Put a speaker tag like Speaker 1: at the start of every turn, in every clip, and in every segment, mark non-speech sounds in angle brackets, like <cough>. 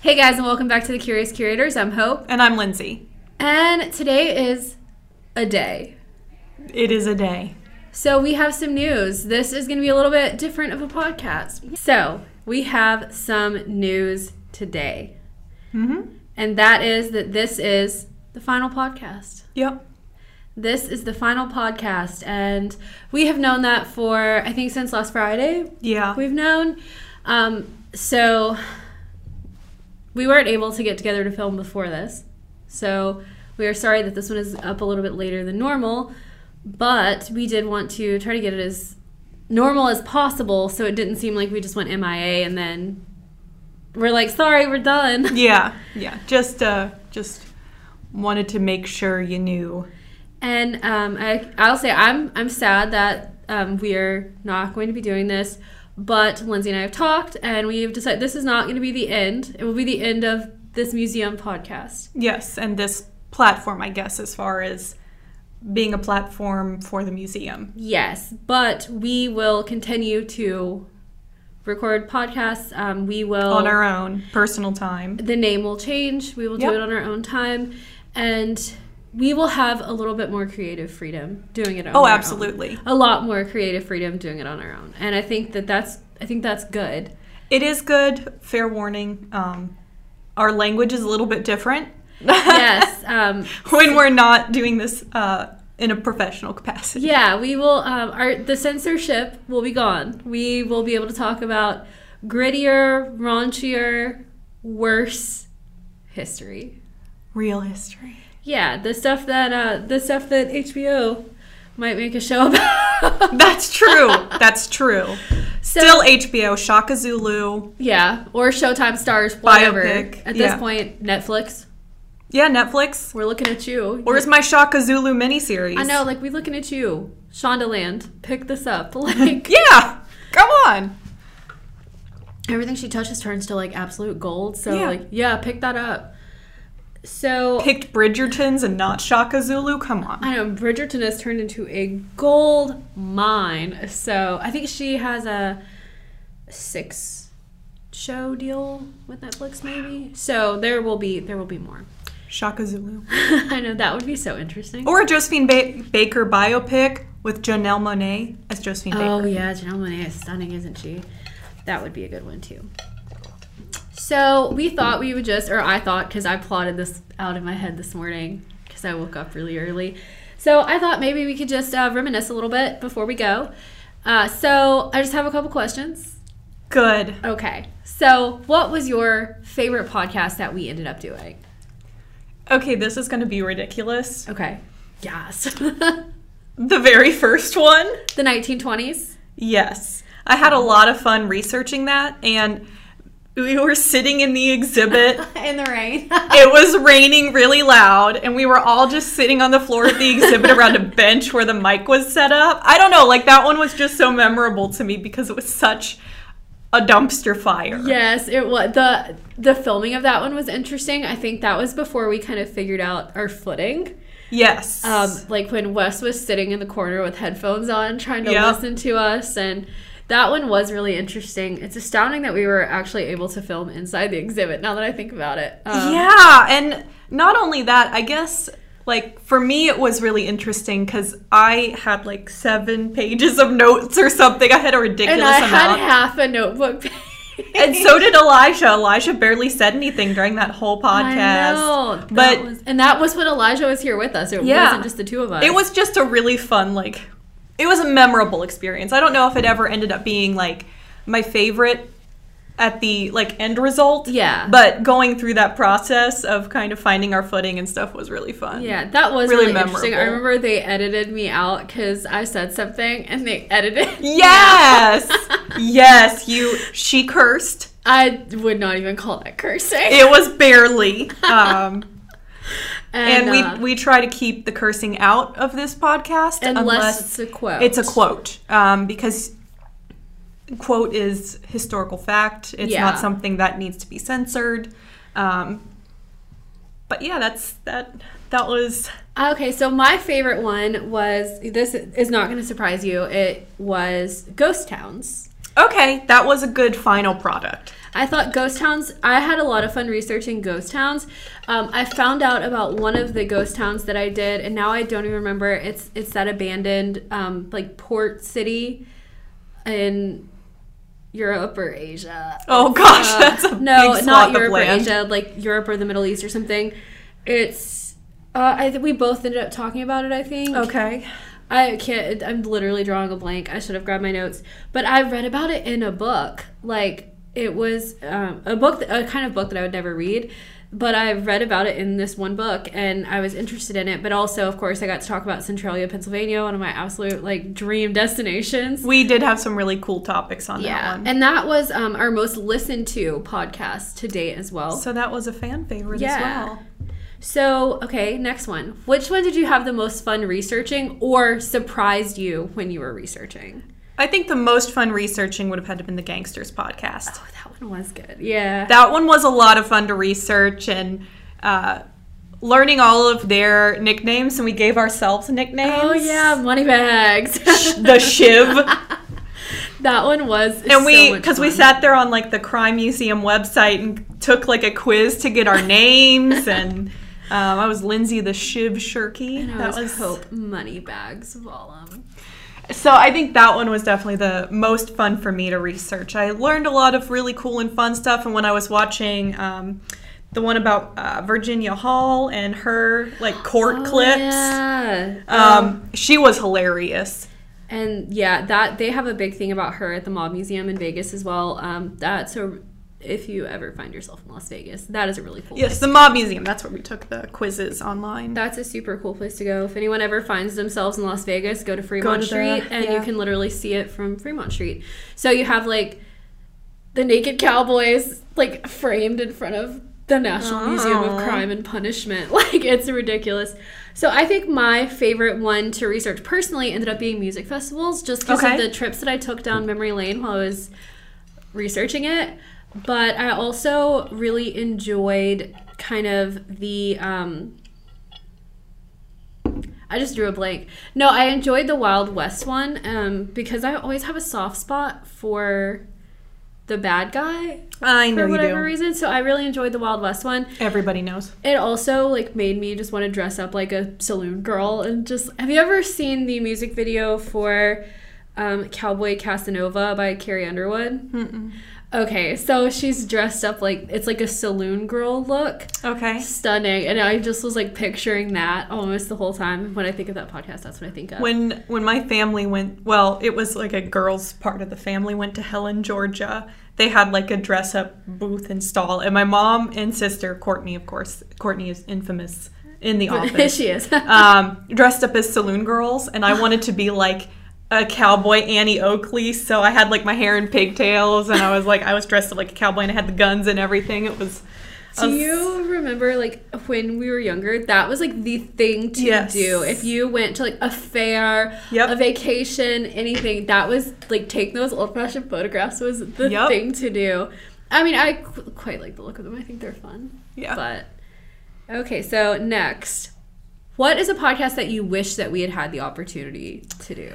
Speaker 1: Hey guys, and welcome back to the Curious Curators. I'm Hope,
Speaker 2: And I'm Lindsay.
Speaker 1: and today is a day.
Speaker 2: It is a day.
Speaker 1: So we have some news. This is going to be a little bit different of a podcast. So we have some news today,
Speaker 2: Mm-hmm.
Speaker 1: and that is that this is the final podcast.
Speaker 2: Yep.
Speaker 1: This is the final podcast, and we have known that for I think since last Friday.
Speaker 2: Yeah.
Speaker 1: We've known. Um, so we weren't able to get together to film before this. So we are sorry that this one is up a little bit later than normal, but we did want to try to get it as normal as possible so it didn't seem like we just went MIA and then we're like, sorry, we're done.
Speaker 2: yeah. Yeah. Just uh just wanted to make sure you knew.
Speaker 1: And um, I, I'll say I'm I'm sad that um, we are not going to be doing this, but Lindsay and I have talked, and we've decided this is not going to be the end. It will be the end of this museum podcast.
Speaker 2: Yes, and this platform, I guess, as far as being a platform for the museum.
Speaker 1: Yes, but we will continue to record podcasts. Um, we will
Speaker 2: On our own personal time.
Speaker 1: the name will change. We will
Speaker 2: Yep.
Speaker 1: do it on our own time, and we will have a little bit more creative freedom doing it. On
Speaker 2: Oh,
Speaker 1: our own.
Speaker 2: absolutely.
Speaker 1: a lot more creative freedom doing it on our own and i think that that's i think that's good <laughs>
Speaker 2: It is good, fair warning. Um our language is a little bit different
Speaker 1: yes um,
Speaker 2: <laughs> when we're not doing this uh in a professional capacity.
Speaker 1: yeah we will um, our the censorship will be gone we will be able to talk about grittier raunchier worse history
Speaker 2: Real history.
Speaker 1: yeah the stuff that uh, the stuff that hbo might make a show <laughs> about
Speaker 2: That's true. That's true.
Speaker 1: So-
Speaker 2: Still HBO, Shaka Zulu.
Speaker 1: yeah or showtime stars whatever
Speaker 2: Biopic,
Speaker 1: at this
Speaker 2: yeah.
Speaker 1: point netflix
Speaker 2: Yeah, Netflix.
Speaker 1: we're looking at you
Speaker 2: Where's my Shaka Zulu miniseries?
Speaker 1: I know, like we looking at you, Shondaland. Pick this up. <laughs> Like
Speaker 2: Yeah. Come on.
Speaker 1: everything she touches turns to like absolute gold. So
Speaker 2: Yeah.
Speaker 1: like yeah, pick that up. So
Speaker 2: Picked Bridgertons and not Shaka Zulu. Come on.
Speaker 1: I know Bridgerton has turned into a gold mine. So I think she has a six show deal with Netflix maybe. So there will be there will be more. <laughs>
Speaker 2: Shaka Zulu.
Speaker 1: I know that would be so interesting.
Speaker 2: Or a Josephine ba- Baker biopic with Janelle Monet as Josephine
Speaker 1: Oh
Speaker 2: Baker.
Speaker 1: yeah, Janelle Monae is stunning, isn't she? That would be a good one too. So we thought we would just, or I thought, because I plotted this out in my head this morning because I woke up really early. So I thought maybe we could just uh, reminisce a little bit before we go. Uh, so I just have a couple questions.
Speaker 2: Good.
Speaker 1: Okay. So what was your favorite podcast that we ended up doing?
Speaker 2: Okay, this is going to be ridiculous.
Speaker 1: Okay. Yes. <laughs> the
Speaker 2: The very first one.
Speaker 1: 1920s.
Speaker 2: Yes. I had a lot of fun researching that, and we were sitting in the exhibit.
Speaker 1: In the rain. <laughs>
Speaker 2: it was raining really loud, and we were all just sitting on the floor of the exhibit around a bench where the mic was set up. I don't know, like that one was just so memorable to me because it was such a dumpster fire.
Speaker 1: Yes, it was the the filming of that one was interesting. I think that was before we kind of figured out our footing.
Speaker 2: Yes.
Speaker 1: Um, like when Wes was sitting in the corner with headphones on, trying to
Speaker 2: Yep.
Speaker 1: listen to us, and that one was really interesting. It's astounding that we were actually able to film inside the exhibit. Now that I think about it, um,
Speaker 2: yeah, and not only that, I guess like for me it was really interesting because I had like seven pages of notes or something. I had a ridiculous
Speaker 1: and I had
Speaker 2: amount.
Speaker 1: half a notebook. <laughs> Page.
Speaker 2: and so did Elijah. Elijah barely said anything during that whole
Speaker 1: I
Speaker 2: podcast.
Speaker 1: know.
Speaker 2: But
Speaker 1: that was, and that was when Elijah was here with us. It
Speaker 2: Yeah.
Speaker 1: wasn't just the two of us.
Speaker 2: It was just a really fun, like, it was a memorable experience. I don't know if it ever ended up being like my favorite at the like end result.
Speaker 1: Yeah.
Speaker 2: But going through that process of kind of finding our footing and stuff was really fun.
Speaker 1: Yeah, that was really,
Speaker 2: Really
Speaker 1: interesting. I
Speaker 2: memorable.
Speaker 1: remember they edited me out because I said something and they <laughs> edited. me <laughs>
Speaker 2: Yes.
Speaker 1: out.
Speaker 2: yes. You. She cursed.
Speaker 1: I would not even call that cursing.
Speaker 2: It was barely. Um,
Speaker 1: and
Speaker 2: and
Speaker 1: uh,
Speaker 2: we we try to keep the cursing out of this podcast
Speaker 1: unless, it's a quote.
Speaker 2: It's a quote um, because quote is historical fact. It's
Speaker 1: Yeah.
Speaker 2: not something that needs to be censored. Um, but yeah, that's that. That was
Speaker 1: Okay, so my favorite one was this is not going to surprise you. It was Ghost Towns.
Speaker 2: okay, that was a good final product.
Speaker 1: I thought ghost towns. I had a lot of fun researching ghost towns. Um, I found out about one of the ghost towns that I did, and now I don't even remember. It's it's that abandoned um, like port city in Europe or Asia.
Speaker 2: Oh gosh,
Speaker 1: Uh,
Speaker 2: <laughs> that's a
Speaker 1: no,
Speaker 2: big
Speaker 1: not
Speaker 2: swath
Speaker 1: Europe
Speaker 2: of land.
Speaker 1: or Asia, like Europe or the Middle East or something. It's. Uh, I think we both ended up talking about it. I think.
Speaker 2: Okay.
Speaker 1: I can't. I'm literally drawing a blank. I should have grabbed my notes, but I read about it in a book. Like it was um, a book, that, a kind of book that I would never read, but I read about it in this one book, and I was interested in it. But also, of course, I got to talk about Centralia, Pennsylvania, one of my absolute like dream destinations.
Speaker 2: We did have some really cool topics on
Speaker 1: yeah,
Speaker 2: that one.
Speaker 1: and that was um, our most listened to podcast to date as well. So,
Speaker 2: so that was a fan favorite
Speaker 1: Yeah.
Speaker 2: as well.
Speaker 1: okay, next one. Which one did you have the most fun researching, or surprised you when you were researching?
Speaker 2: I think the most fun researching would have had to been the Gangsters podcast.
Speaker 1: Oh, that one was good. Yeah.
Speaker 2: That one was a lot of fun to research and uh, learning all of their nicknames, and we gave ourselves nicknames.
Speaker 1: oh yeah, money bags. <laughs>
Speaker 2: Sh- the Shiv.
Speaker 1: that one was
Speaker 2: and we because we sat there on like the crime museum website and took like a quiz to get our names and um, i was lindsay the shiv shirky
Speaker 1: and I
Speaker 2: that
Speaker 1: was
Speaker 2: was
Speaker 1: hope money bags Vollum.
Speaker 2: so i think that one was definitely the most fun for me to research i learned a lot of really cool and fun stuff and when i was watching um, the one about uh, virginia hall and her like court clips
Speaker 1: Oh, Yeah.
Speaker 2: um, she was hilarious
Speaker 1: and yeah, that they have a big thing about her at the Mob Museum in Vegas as well. Um, that's a if you ever find yourself in Las Vegas, that is a really cool.
Speaker 2: yes the mob museum that's where we took the quizzes online
Speaker 1: That's a super cool place to go. If anyone ever finds themselves in Las Vegas, go to Fremont
Speaker 2: to the-
Speaker 1: Street and you
Speaker 2: yeah.
Speaker 1: can literally see it from Fremont Street. So you have like the naked cowboys like framed in front of the National Museum of
Speaker 2: Aw.
Speaker 1: Crime and Punishment. <laughs> Like it's ridiculous. So I think my favorite one to research personally ended up being music festivals just because
Speaker 2: Okay.
Speaker 1: of the trips that I took down memory lane while I was researching it. But I also really enjoyed kind of the um, I just drew a blank. No, I enjoyed the Wild West one um, because I always have a soft spot for the bad guy
Speaker 2: i know
Speaker 1: for
Speaker 2: you
Speaker 1: whatever
Speaker 2: do
Speaker 1: reason. So I really enjoyed the Wild West one.
Speaker 2: everybody knows
Speaker 1: It also like made me just want to dress up like a saloon girl and just. Have you ever seen the music video for um, Cowboy Casanova by Carrie Underwood?
Speaker 2: Mm-mm.
Speaker 1: Okay, so she's dressed up like it's like a saloon girl look.
Speaker 2: okay
Speaker 1: Stunning. And I just was like picturing that almost the whole time. When I think of that podcast, that's what I think of. <laughs>
Speaker 2: When when my family went, well, it was like a girls' part of the family went to Helen, Georgia. They had like a dress up booth and stall, and my mom and sister Courtney, of course, Courtney is infamous in the
Speaker 1: <laughs>
Speaker 2: office,
Speaker 1: she is.
Speaker 2: um, dressed up as saloon girls, and I wanted to be like a cowboy Annie Oakley, so I had like my hair in pigtails, and I was like I was dressed up like a cowboy, and I had the guns and everything. It was. I
Speaker 1: Do
Speaker 2: was-
Speaker 1: you remember like when we were younger? That was like the thing to
Speaker 2: Yes.
Speaker 1: do. If you went to like a fair,
Speaker 2: Yep.
Speaker 1: a vacation, anything, that was like taking those old fashioned photographs was the
Speaker 2: Yep.
Speaker 1: thing to do. I mean, I qu- quite like the look of them. I think they're fun.
Speaker 2: Yeah.
Speaker 1: But okay, so next, what is a podcast that you wish that we had had the opportunity to do?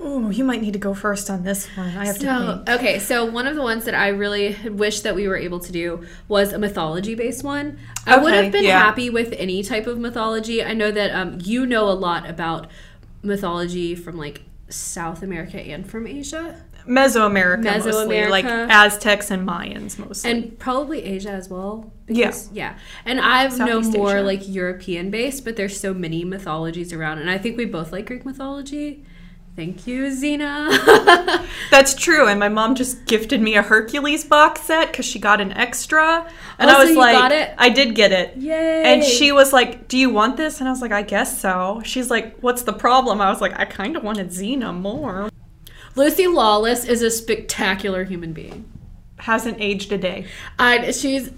Speaker 2: Oh, you might need to go first on this one. I have to.
Speaker 1: So,
Speaker 2: think.
Speaker 1: okay, so one of the ones that I really wish that we were able to do was a mythology based one. I would
Speaker 2: Okay,
Speaker 1: have been
Speaker 2: yeah.
Speaker 1: happy with any type of mythology. I know that um, you know a lot about mythology from like South America and from Asia,
Speaker 2: Mesoamerica, mostly,
Speaker 1: Mesoamerica.
Speaker 2: like Aztecs and Mayans mostly.
Speaker 1: and probably Asia as well.
Speaker 2: Yeah.
Speaker 1: because- yeah. And I've known
Speaker 2: Southeast
Speaker 1: more
Speaker 2: Asia.
Speaker 1: like European based, but there's so many mythologies around, and I think we both like Greek mythology. Thank you, Zena.
Speaker 2: That's true. And my mom just gifted me a Hercules box set because she got an extra. And
Speaker 1: Oh,
Speaker 2: I
Speaker 1: so
Speaker 2: was
Speaker 1: you
Speaker 2: like,
Speaker 1: got it?
Speaker 2: I did get it.
Speaker 1: Yay!
Speaker 2: And she was like, Do you want this? And I was like, I guess so. She's like, What's the problem? I was like, I kind of wanted Xena more.
Speaker 1: <laughs> Lucy Lawless is a spectacular human being.
Speaker 2: Hasn't aged a day.
Speaker 1: I she's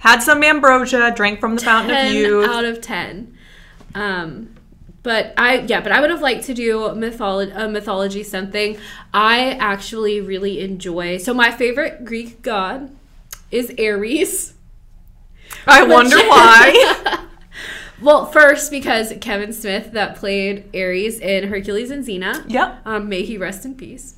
Speaker 2: Had some ambrosia, drank from the fountain of
Speaker 1: ten uh,
Speaker 2: youth.
Speaker 1: out of ten. Um, but I yeah, but I would have liked to do mythology a mythology something. I actually really enjoy. So my favorite Greek god is Ares.
Speaker 2: I
Speaker 1: <laughs>
Speaker 2: wonder why.
Speaker 1: well, first because Kevin Smith that played Ares in Hercules and Xena.
Speaker 2: yep.
Speaker 1: Um, may he rest in peace.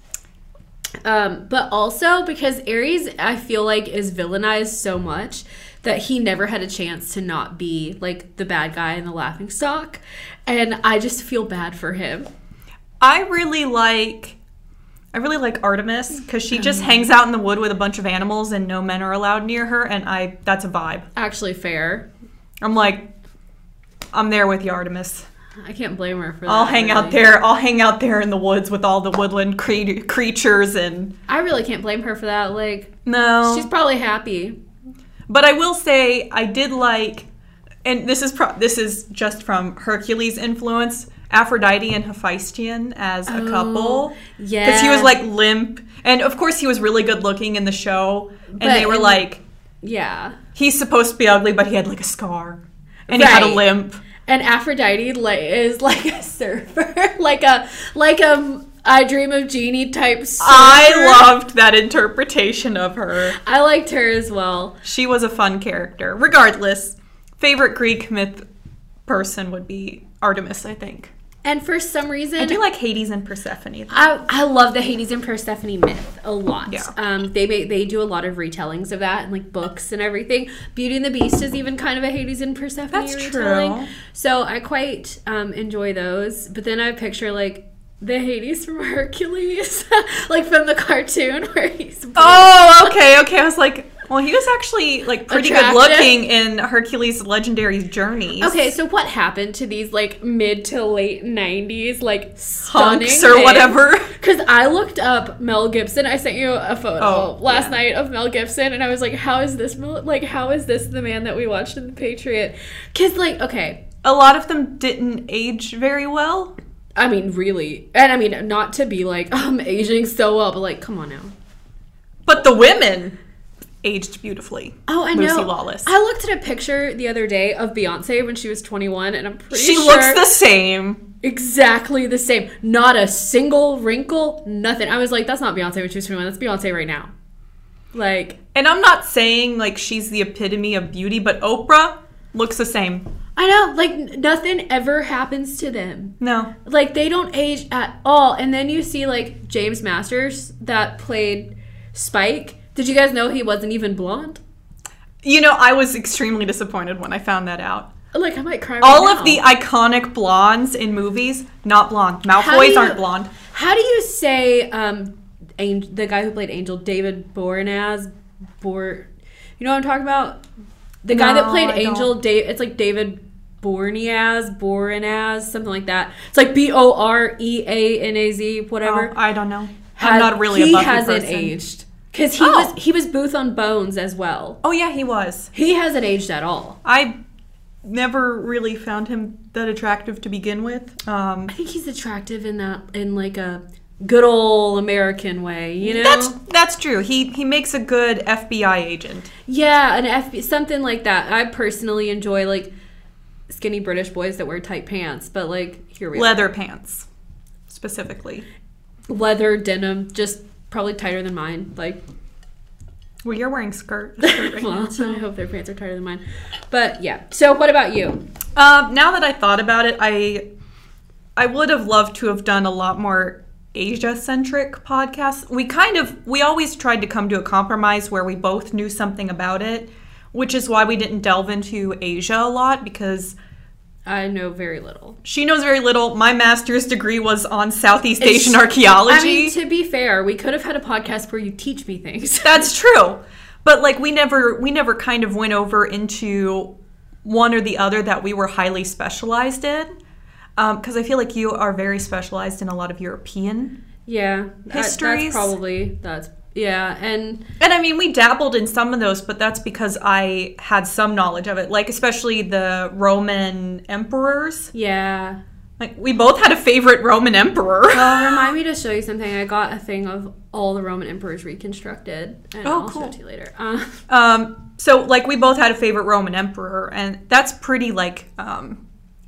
Speaker 1: Um, but also because Aries, I feel like, is villainized so much that he never had a chance to not be like the bad guy in the laughing stock. And I just feel bad for him.
Speaker 2: I really like I really like Artemis because she
Speaker 1: Mm.
Speaker 2: just hangs out in the wood with a bunch of animals and no men are allowed near her and I that's a vibe.
Speaker 1: Actually, fair.
Speaker 2: I'm like I'm there with you, Artemis.
Speaker 1: I can't blame her for that.
Speaker 2: I'll hang out
Speaker 1: really.
Speaker 2: there. I'll hang out there in the woods with all the woodland cre- creatures and
Speaker 1: I really can't blame her for that. Like,
Speaker 2: no.
Speaker 1: she's probably happy.
Speaker 2: But I will say I did like, and this is pro- this is just from Hercules' influence, Aphrodite and Hephaestion as a
Speaker 1: Oh,
Speaker 2: couple.
Speaker 1: Yeah.
Speaker 2: Because he was like limp, and of course he was really good looking in the show, and
Speaker 1: But
Speaker 2: they were
Speaker 1: in-
Speaker 2: like,
Speaker 1: yeah.
Speaker 2: he's supposed to be ugly, but he had like a scar, and he had a
Speaker 1: Right.
Speaker 2: limp.
Speaker 1: And Aphrodite like, is <laughs> like a surfer, <laughs> like a like a I Dream of Jeannie type. Surfer.
Speaker 2: I loved that interpretation of her.
Speaker 1: I liked her as well.
Speaker 2: She was a fun character. Regardless, favorite Greek myth person would be Artemis, I think.
Speaker 1: And for some reason,
Speaker 2: I do like Hades and Persephone.
Speaker 1: I, I love the Hades and Persephone myth a lot.
Speaker 2: Yeah.
Speaker 1: Um, they ma- they do a lot of retellings of that and like books and everything. Beauty and the Beast is even kind of a Hades and Persephone
Speaker 2: That's
Speaker 1: retelling.
Speaker 2: true.
Speaker 1: So I quite um, enjoy those. But then I picture like the Hades from <laughs> Hercules, <laughs> like from the cartoon <laughs> where he's blue.
Speaker 2: Oh, okay, <laughs> okay. I was like, well, he was actually like pretty
Speaker 1: Attractive.
Speaker 2: good looking in Hercules' legendary journeys.
Speaker 1: Okay, so what happened to these like mid to late '90s like stunning
Speaker 2: hunks or whatever. <laughs>
Speaker 1: Because I looked up Mel Gibson. I sent you a photo
Speaker 2: Oh,
Speaker 1: last
Speaker 2: yeah.
Speaker 1: night of Mel Gibson, and I was like, "How is this? Mel- like, how is this the man that we watched in The Patriot?" Because, like, okay,
Speaker 2: A lot of them didn't age very well.
Speaker 1: I mean, really, and I mean, not to be like, <laughs> "Oh, I'm aging so well," but like, come on now.
Speaker 2: But the women aged beautifully.
Speaker 1: Oh, I
Speaker 2: Lucy
Speaker 1: know.
Speaker 2: Lawless.
Speaker 1: I looked at a picture the other day of Beyonce when she was 21, and I'm pretty
Speaker 2: she
Speaker 1: sure
Speaker 2: looks the same.
Speaker 1: exactly the same. Not a single wrinkle, nothing. I was like, "That's not Beyonce when she was 21. That's Beyonce right now." Like,
Speaker 2: And I'm not saying like she's the epitome of beauty, but Oprah looks the same.
Speaker 1: I know, like, n- nothing ever happens to them.
Speaker 2: No.
Speaker 1: like they don't age at all and then you see like james masters that played spike did you guys know he wasn't even blonde
Speaker 2: You know, I was extremely disappointed when I found that out.
Speaker 1: like i might cry right
Speaker 2: All
Speaker 1: now.
Speaker 2: of the iconic blondes in movies, not blonde.
Speaker 1: How do
Speaker 2: Malfoys
Speaker 1: you-
Speaker 2: aren't blonde.
Speaker 1: how do you say um Ang- the guy who played angel david boreanaz bor you know what i'm talking about the guy that
Speaker 2: No,
Speaker 1: played
Speaker 2: I
Speaker 1: angel Dave. it's like david Borneaz, Boreanaz, something like that. It's like B O R E A N A Z, whatever.
Speaker 2: Oh, I don't know.
Speaker 1: had-
Speaker 2: I'm not really
Speaker 1: he
Speaker 2: a Buffy
Speaker 1: hasn't
Speaker 2: person.
Speaker 1: aged because he
Speaker 2: Oh.
Speaker 1: was he was Booth on Bones as well.
Speaker 2: Oh yeah, he was.
Speaker 1: He hasn't aged at all.
Speaker 2: I never really found him that attractive to begin with. Um,
Speaker 1: I think he's attractive in that in like a good old American way, you know?
Speaker 2: that's that's true. He he makes a good FBI agent.
Speaker 1: yeah, an FB something like that. I personally enjoy like skinny British boys that wear tight pants, but like here we
Speaker 2: Leather pants, specifically.
Speaker 1: are, leather denim, just probably tighter than mine. <coughs> Like, <laughs>
Speaker 2: Well, you're wearing skirt. a skirt right
Speaker 1: well,
Speaker 2: now.
Speaker 1: I hope their pants are tighter than mine. But yeah. So what about you?
Speaker 2: Um, now that I thought about it, I I would have loved to have done a lot more Asia centric podcasts. We kind of we always tried to come to a compromise where we both knew something about it, which is why we didn't delve into Asia a lot because
Speaker 1: I know very little.
Speaker 2: she knows very little. My master's degree was on Southeast
Speaker 1: It's-
Speaker 2: Asian archaeology.
Speaker 1: I mean, to be fair, we could have had a podcast where you teach me things. <laughs>
Speaker 2: That's true. But like we never we never kind of went over into one or the other that we were highly specialized in. Because I feel like you are very specialized in a lot of European.
Speaker 1: Yeah, that-
Speaker 2: Histories.
Speaker 1: that's probably that's yeah, and
Speaker 2: And I mean, we dabbled in some of those, but that's because I had some knowledge of it, like especially the Roman emperors.
Speaker 1: yeah.
Speaker 2: Like, we both had a favorite Roman emperor.
Speaker 1: Well, remind me to show you something. I got a thing of all the Roman emperors reconstructed, and
Speaker 2: Oh,
Speaker 1: I'll show
Speaker 2: cool.
Speaker 1: it to you later. Um,
Speaker 2: Um, so like we both had a favorite Roman emperor, and that's pretty like um,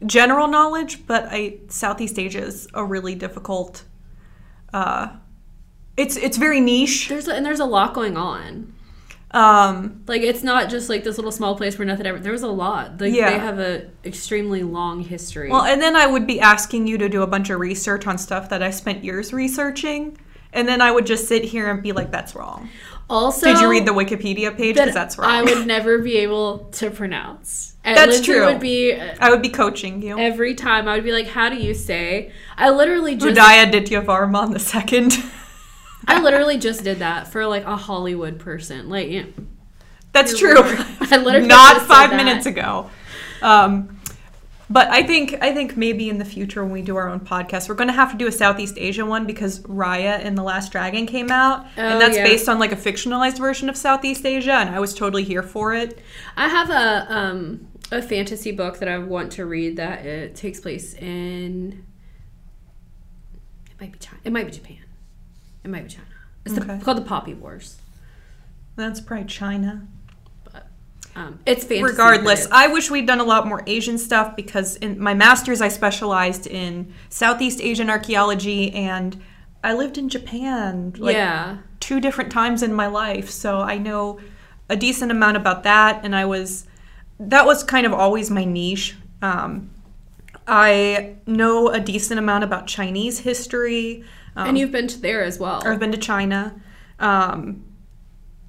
Speaker 2: general knowledge. But I Southeast Asia is a really difficult. Uh, it's it's very
Speaker 1: <laughs>
Speaker 2: niche.
Speaker 1: there's a, and there's a lot going on.
Speaker 2: Um,
Speaker 1: Like it's not just like this little small place where nothing ever. There's a lot. Like
Speaker 2: Yeah.
Speaker 1: they have a extremely long history.
Speaker 2: well, and then I would be asking you to do a bunch of research on stuff that I spent years researching, And then I would just sit here and be like, that's wrong.
Speaker 1: Also,
Speaker 2: Did you read the Wikipedia page?
Speaker 1: that
Speaker 2: Because that's wrong.
Speaker 1: I would never be able to
Speaker 2: <laughs>
Speaker 1: pronounce. And
Speaker 2: That's
Speaker 1: Lindsay
Speaker 2: true.
Speaker 1: Would be uh,
Speaker 2: I would be coaching you.
Speaker 1: every time I would be like, "How do you say?" I literally just
Speaker 2: Udaya Dityavarman the second. <laughs>
Speaker 1: I literally just did that for like a Hollywood person. Like, yeah. <laughs>
Speaker 2: That's
Speaker 1: Dear
Speaker 2: true.
Speaker 1: Lord.
Speaker 2: <laughs>
Speaker 1: I literally
Speaker 2: Not
Speaker 1: just said
Speaker 2: five
Speaker 1: that.
Speaker 2: minutes ago. Um, but I think I think maybe in the future when we do our own podcast, we're going to have to do a Southeast Asia one because Raya and the Last Dragon came out,
Speaker 1: Oh,
Speaker 2: and that's
Speaker 1: yeah.
Speaker 2: based on like a fictionalized version of Southeast Asia, and I was totally here for it.
Speaker 1: I have a um a fantasy book that I want to read that it takes place in. It might be China. It might be Japan. It might be China. It's the,
Speaker 2: Okay.
Speaker 1: called the Poppy Wars.
Speaker 2: That's probably China.
Speaker 1: Um, it's fantasy.
Speaker 2: Regardless,
Speaker 1: but
Speaker 2: I wish we'd done a lot more Asian stuff because in my master's I specialized in Southeast Asian archaeology, and I lived in Japan.
Speaker 1: it-
Speaker 2: Like,
Speaker 1: yeah.
Speaker 2: two different times in my life, so I know a decent amount about that. And I was that was kind of always my niche. Um, I know a decent amount about Chinese history. Um,
Speaker 1: and you've been to there as well.
Speaker 2: I've been to China. Um,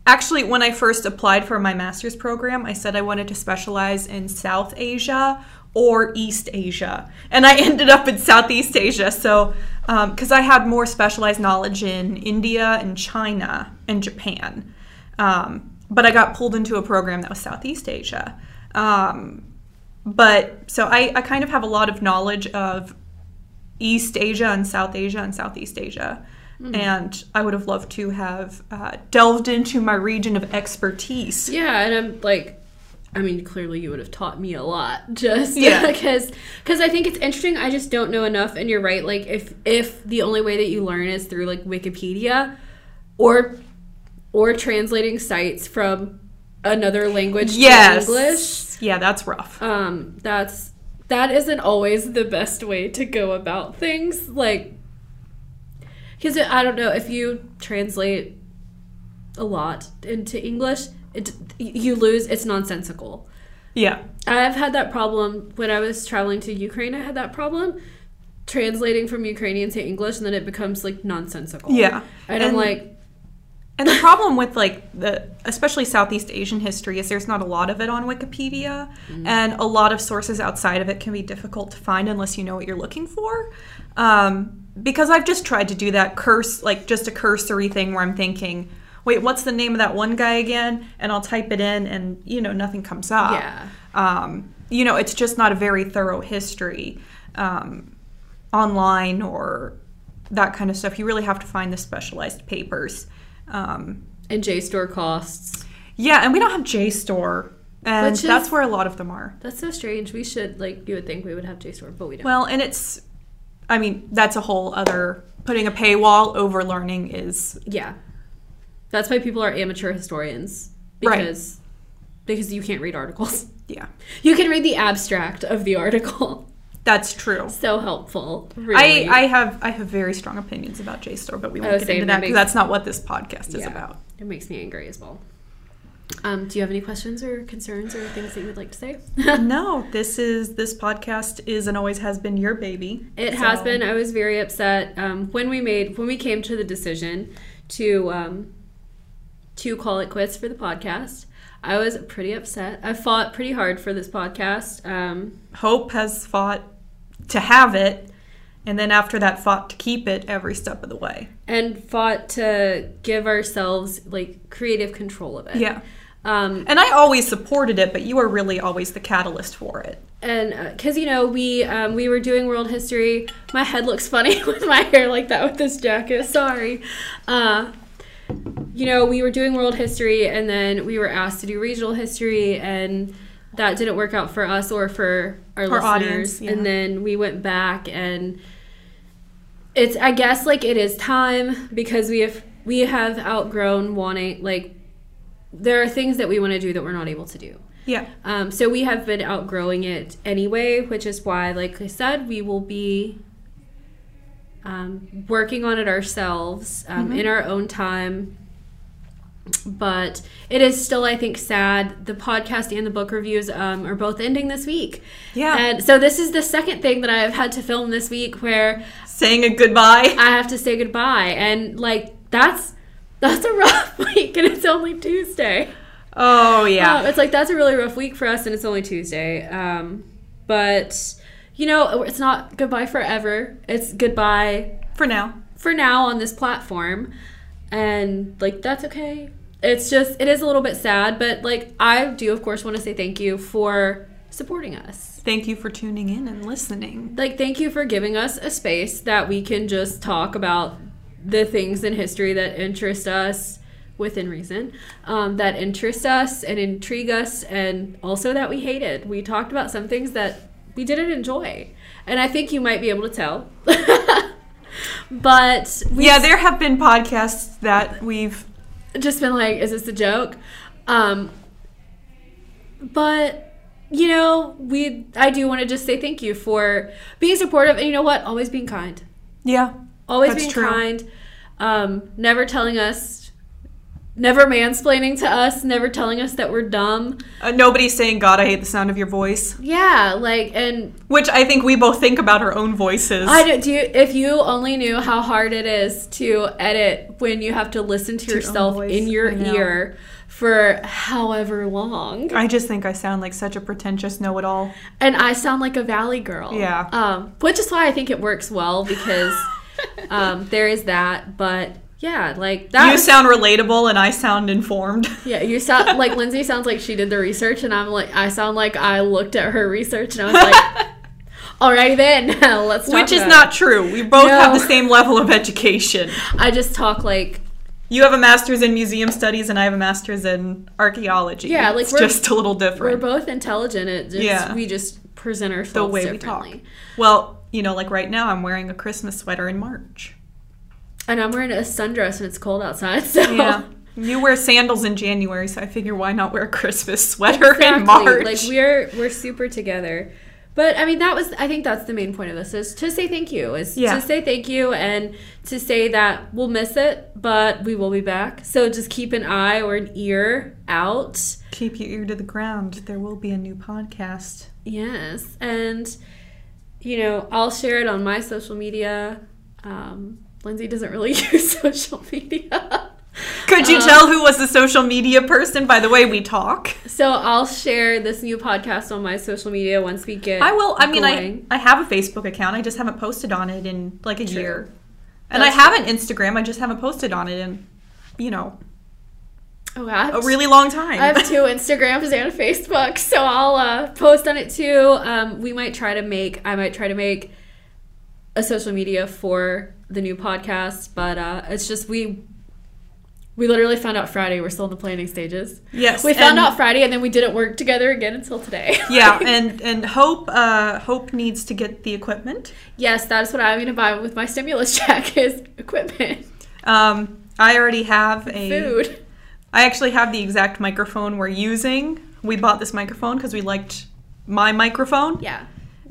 Speaker 2: actually, when I first applied for my master's program, I said I wanted to specialize in South Asia or East Asia. And I <laughs> ended up in Southeast Asia. So, because I had more specialized knowledge in India and China and Japan. Um, but I got pulled into a program that was Southeast Asia. Um, but so I, I kind of have a lot of knowledge of East Asia and South Asia and Southeast Asia. And I would have loved to have uh, delved into my region of expertise.
Speaker 1: Yeah, and I'm like, I mean, clearly you would have taught me a lot, <laughs> just
Speaker 2: Yeah.
Speaker 1: because because I think it's interesting. I just don't know enough, and you're right. Like, if if the only way that you learn is through like Wikipedia, or or translating sites from another language
Speaker 2: Yes.
Speaker 1: to English,
Speaker 2: Yeah, that's rough.
Speaker 1: um, that's that isn't always the best way to go about things. Like, because I don't know if you translate a lot into English, it, you lose. It's nonsensical.
Speaker 2: Yeah.
Speaker 1: I've had that problem when I was traveling to Ukraine. I had that problem translating from Ukrainian to English, and then it becomes like nonsensical.
Speaker 2: Yeah.
Speaker 1: and, I'm like,
Speaker 2: And the problem with like the especially Southeast Asian history is there's not a lot of it on Wikipedia, and a lot of sources outside of it can be difficult to find unless you know what you're looking for. Um, because I've just tried to do that curse like just a cursory thing where I'm thinking, wait, what's the name of that one guy again? And I'll type it in, and you know nothing comes up.
Speaker 1: Yeah.
Speaker 2: Um, you know, it's just not a very thorough history. Um, online or that kind of stuff. You really have to find the specialized papers. Um,
Speaker 1: and JSTOR costs.
Speaker 2: yeah, and we don't have JSTOR, and
Speaker 1: Which is-
Speaker 2: that's where a lot of them are.
Speaker 1: That's so strange. We should like you would think we would have JSTOR, but we don't.
Speaker 2: Well, and it's, I mean, that's a whole other putting a paywall over learning is
Speaker 1: Yeah. That's why people are amateur historians
Speaker 2: Right.
Speaker 1: because because you can't read articles. <laughs>
Speaker 2: yeah,
Speaker 1: You can read the abstract of the article. <laughs>
Speaker 2: that's true.
Speaker 1: So helpful.
Speaker 2: I,
Speaker 1: Really.
Speaker 2: I have I have very strong opinions about JSTOR, but we
Speaker 1: Oh,
Speaker 2: won't get
Speaker 1: same,
Speaker 2: into
Speaker 1: that
Speaker 2: that because
Speaker 1: makes-
Speaker 2: that's not what this podcast is
Speaker 1: Yeah.
Speaker 2: about.
Speaker 1: it makes me angry as well. Um, do you have any questions or concerns or things that you would like to say? <laughs>
Speaker 2: no, this is this podcast is and always has been your baby.
Speaker 1: It has
Speaker 2: so-
Speaker 1: been. I was very upset um, when we made when we came to the decision to um, to call it quits for the podcast. I was pretty upset. I fought pretty hard for this podcast. Um,
Speaker 2: Hope has fought to have it, and then after that, fought to keep it every step of the way.
Speaker 1: and fought to give ourselves like creative control of it.
Speaker 2: Yeah.
Speaker 1: Um,
Speaker 2: And I always supported it, but you were really always the catalyst for it.
Speaker 1: and because you know we um, we were doing world history. My head looks funny <laughs> with my hair like that with this jacket. Sorry. Uh, you know we were doing world history, and then we were asked to do regional history, and that didn't work out for us or for our, listeners.
Speaker 2: audience, yeah.
Speaker 1: And then we went back and it's i guess like it is time because we have we have outgrown wanting like there are things that we want to do that we're not able to do
Speaker 2: Yeah.
Speaker 1: um, so we have been outgrowing it anyway which is why like i said we will be um, working on it ourselves um, in our own time but it is still, I think, sad. The podcast and the book reviews um, are both ending this week.
Speaker 2: Yeah.
Speaker 1: And so this is the second thing that I have had to film this week where
Speaker 2: Saying a goodbye.
Speaker 1: I have to say goodbye, and like that's that's a rough <laughs> week, and it's only Tuesday.
Speaker 2: Oh yeah.
Speaker 1: Um, it's like that's a really rough week for us, and it's only Tuesday. Um, but you know, it's not goodbye forever. It's goodbye
Speaker 2: For now.
Speaker 1: for now on this platform, and like that's okay. It's just it is a little bit sad, but like I do, of course, want to say thank you for supporting us.
Speaker 2: Thank you for tuning in and listening.
Speaker 1: Like, thank you for giving us a space that we can just talk about the things in history that interest us within reason, um, that interest us and intrigue us, and also that we hated. We talked about some things that we didn't enjoy. And I think you might be able to tell. <laughs> but we
Speaker 2: yeah, there have been podcasts that we've
Speaker 1: just been like, is this a joke? Um, but you know, we I do want to just say thank you for being supportive and you know what, always being kind,
Speaker 2: yeah.
Speaker 1: always
Speaker 2: That's
Speaker 1: being
Speaker 2: true.
Speaker 1: kind, um, never telling us, never mansplaining to us, never telling us that we're dumb.
Speaker 2: Uh, nobody's saying God, I hate the sound of your voice,
Speaker 1: Yeah, like and
Speaker 2: which I think we both think about our own voices.
Speaker 1: I don't, do you, if you only knew how hard it is to edit when you have to listen to,
Speaker 2: your own
Speaker 1: yourself
Speaker 2: voice,
Speaker 1: in your
Speaker 2: I know.
Speaker 1: ear for however long.
Speaker 2: I just think I sound like such a pretentious know-it-all.
Speaker 1: and I sound like a valley girl.
Speaker 2: Yeah.
Speaker 1: Um, which is why I think it works well
Speaker 2: <laughs>
Speaker 1: because um, there is that. But yeah, like that.
Speaker 2: you
Speaker 1: was-
Speaker 2: sound relatable and I sound informed.
Speaker 1: yeah, you sound like Lindsay sounds like she did the research, and I'm like I sound like I looked at her research and I was
Speaker 2: <laughs>
Speaker 1: like, alrighty then, <laughs> let's. Talk
Speaker 2: Which is
Speaker 1: about
Speaker 2: not true. We both have
Speaker 1: No.
Speaker 2: the same level of education.
Speaker 1: it." I just talk like
Speaker 2: You have a master's in museum studies, and I have a master's in archaeology.
Speaker 1: Yeah, like,
Speaker 2: it's
Speaker 1: we're-
Speaker 2: just a little
Speaker 1: we're
Speaker 2: different.
Speaker 1: both intelligent. It just,
Speaker 2: Yeah.
Speaker 1: We just present ourselves
Speaker 2: the way we talk.
Speaker 1: differently.
Speaker 2: Well, you know, like right now, I'm wearing a Christmas sweater in March.
Speaker 1: And I'm wearing a sundress and it's cold outside, <laughs> so
Speaker 2: Yeah. You wear sandals in January, so I figure why not wear a Christmas sweater in
Speaker 1: Exactly.
Speaker 2: March?
Speaker 1: Like we're we're super together. But I mean that was I think that's the main point of this is to say thank you. Is
Speaker 2: Yeah.
Speaker 1: to say thank you and to say that we'll miss it, but we will be back. So just keep an eye or an ear out.
Speaker 2: Keep your ear to the ground. There will be a new podcast.
Speaker 1: Yes. And you know, I'll share it on my social media. Um, Lindsay doesn't really <laughs> use social media.
Speaker 2: Could you
Speaker 1: Um,
Speaker 2: tell who was the social media person by the way we talk?
Speaker 1: So I'll share this new podcast on my social media once we get
Speaker 2: I will. I mean,
Speaker 1: going.
Speaker 2: I I have a Facebook account. I just haven't posted on it in like a
Speaker 1: True.
Speaker 2: year, and
Speaker 1: That's
Speaker 2: I have an Instagram. I just haven't posted on it in, you know,
Speaker 1: Oh, I have
Speaker 2: a
Speaker 1: to-
Speaker 2: really long time.
Speaker 1: I have two Instagrams and a Facebook, so I'll uh, post on it too. Um, we might try to make I might try to make a social media for the new podcast, but uh, it's just we we literally found out Friday. We're still in the planning stages.
Speaker 2: <laughs> yes,
Speaker 1: We found
Speaker 2: and-
Speaker 1: out Friday, and then we didn't work together again until today.
Speaker 2: <laughs>
Speaker 1: <laughs>
Speaker 2: Yeah, and and hope uh, hope needs to get the equipment.
Speaker 1: yes, that's what I'm going to buy with my stimulus check is equipment,
Speaker 2: Um, I already have a.
Speaker 1: food.
Speaker 2: I actually have the exact microphone we're using. We bought this microphone because we liked my microphone.
Speaker 1: Yeah.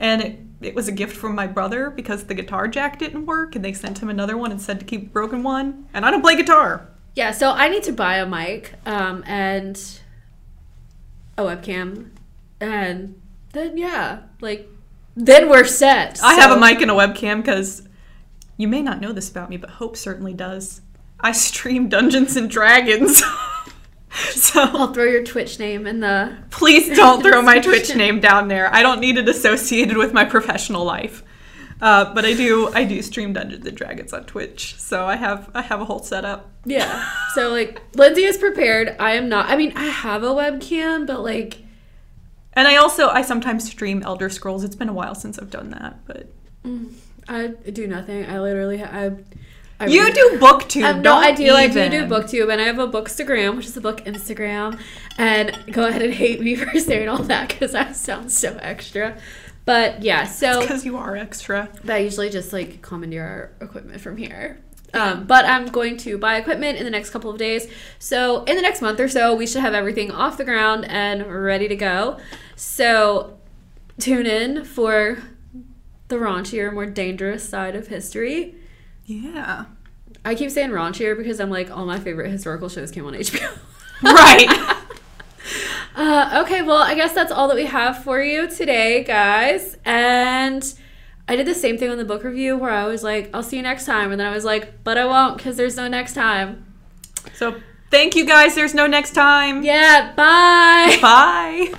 Speaker 2: And it, it was a gift from my brother because the guitar jack didn't work and they sent him another one and said to keep the broken one. And I don't play guitar.
Speaker 1: Yeah, so I need to buy a mic um, and a webcam, and then yeah, like then we're set.
Speaker 2: I have
Speaker 1: so-
Speaker 2: a mic and a webcam because you may not know this about me, but Hope certainly does. I stream Dungeons and Dragons. <laughs> so
Speaker 1: I'll throw your Twitch name in the.
Speaker 2: please don't throw my Twitch name down there. I don't need it associated with my professional life. Uh, but I do I do stream Dungeons and Dragons on Twitch. So I have I have a whole setup. <laughs>
Speaker 1: Yeah. So like Lindsay is prepared. I am not. I mean, I have a webcam, but like
Speaker 2: And I also I sometimes stream Elder Scrolls. It's been a while since I've done that, but
Speaker 1: I do nothing. I literally I. I
Speaker 2: you
Speaker 1: read-
Speaker 2: do booktube.
Speaker 1: I have no
Speaker 2: don't
Speaker 1: idea. I do
Speaker 2: even.
Speaker 1: do booktube, and I have a bookstagram, which is a book Instagram. And go ahead and <laughs> hate me for saying all that because I sound so extra. But yeah, so
Speaker 2: because you are extra.
Speaker 1: I usually just like commandeer our equipment from here. Um, but I'm going to buy equipment in the next couple of days. So in the next month or so, we should have everything off the ground and ready to go. So tune in for the raunchier, more dangerous side of history.
Speaker 2: Yeah.
Speaker 1: I keep saying raunchier because I'm like all my favorite historical shows came on <laughs> HBO. <laughs>
Speaker 2: right.
Speaker 1: Uh, okay, well, I guess that's all that we have for you today, guys. And I did the same thing on the book review where I was like, I'll see you next time. And then I was like, but I won't because there's no next time.
Speaker 2: So thank you guys. There's no next time.
Speaker 1: Yeah, bye. <laughs>
Speaker 2: Bye.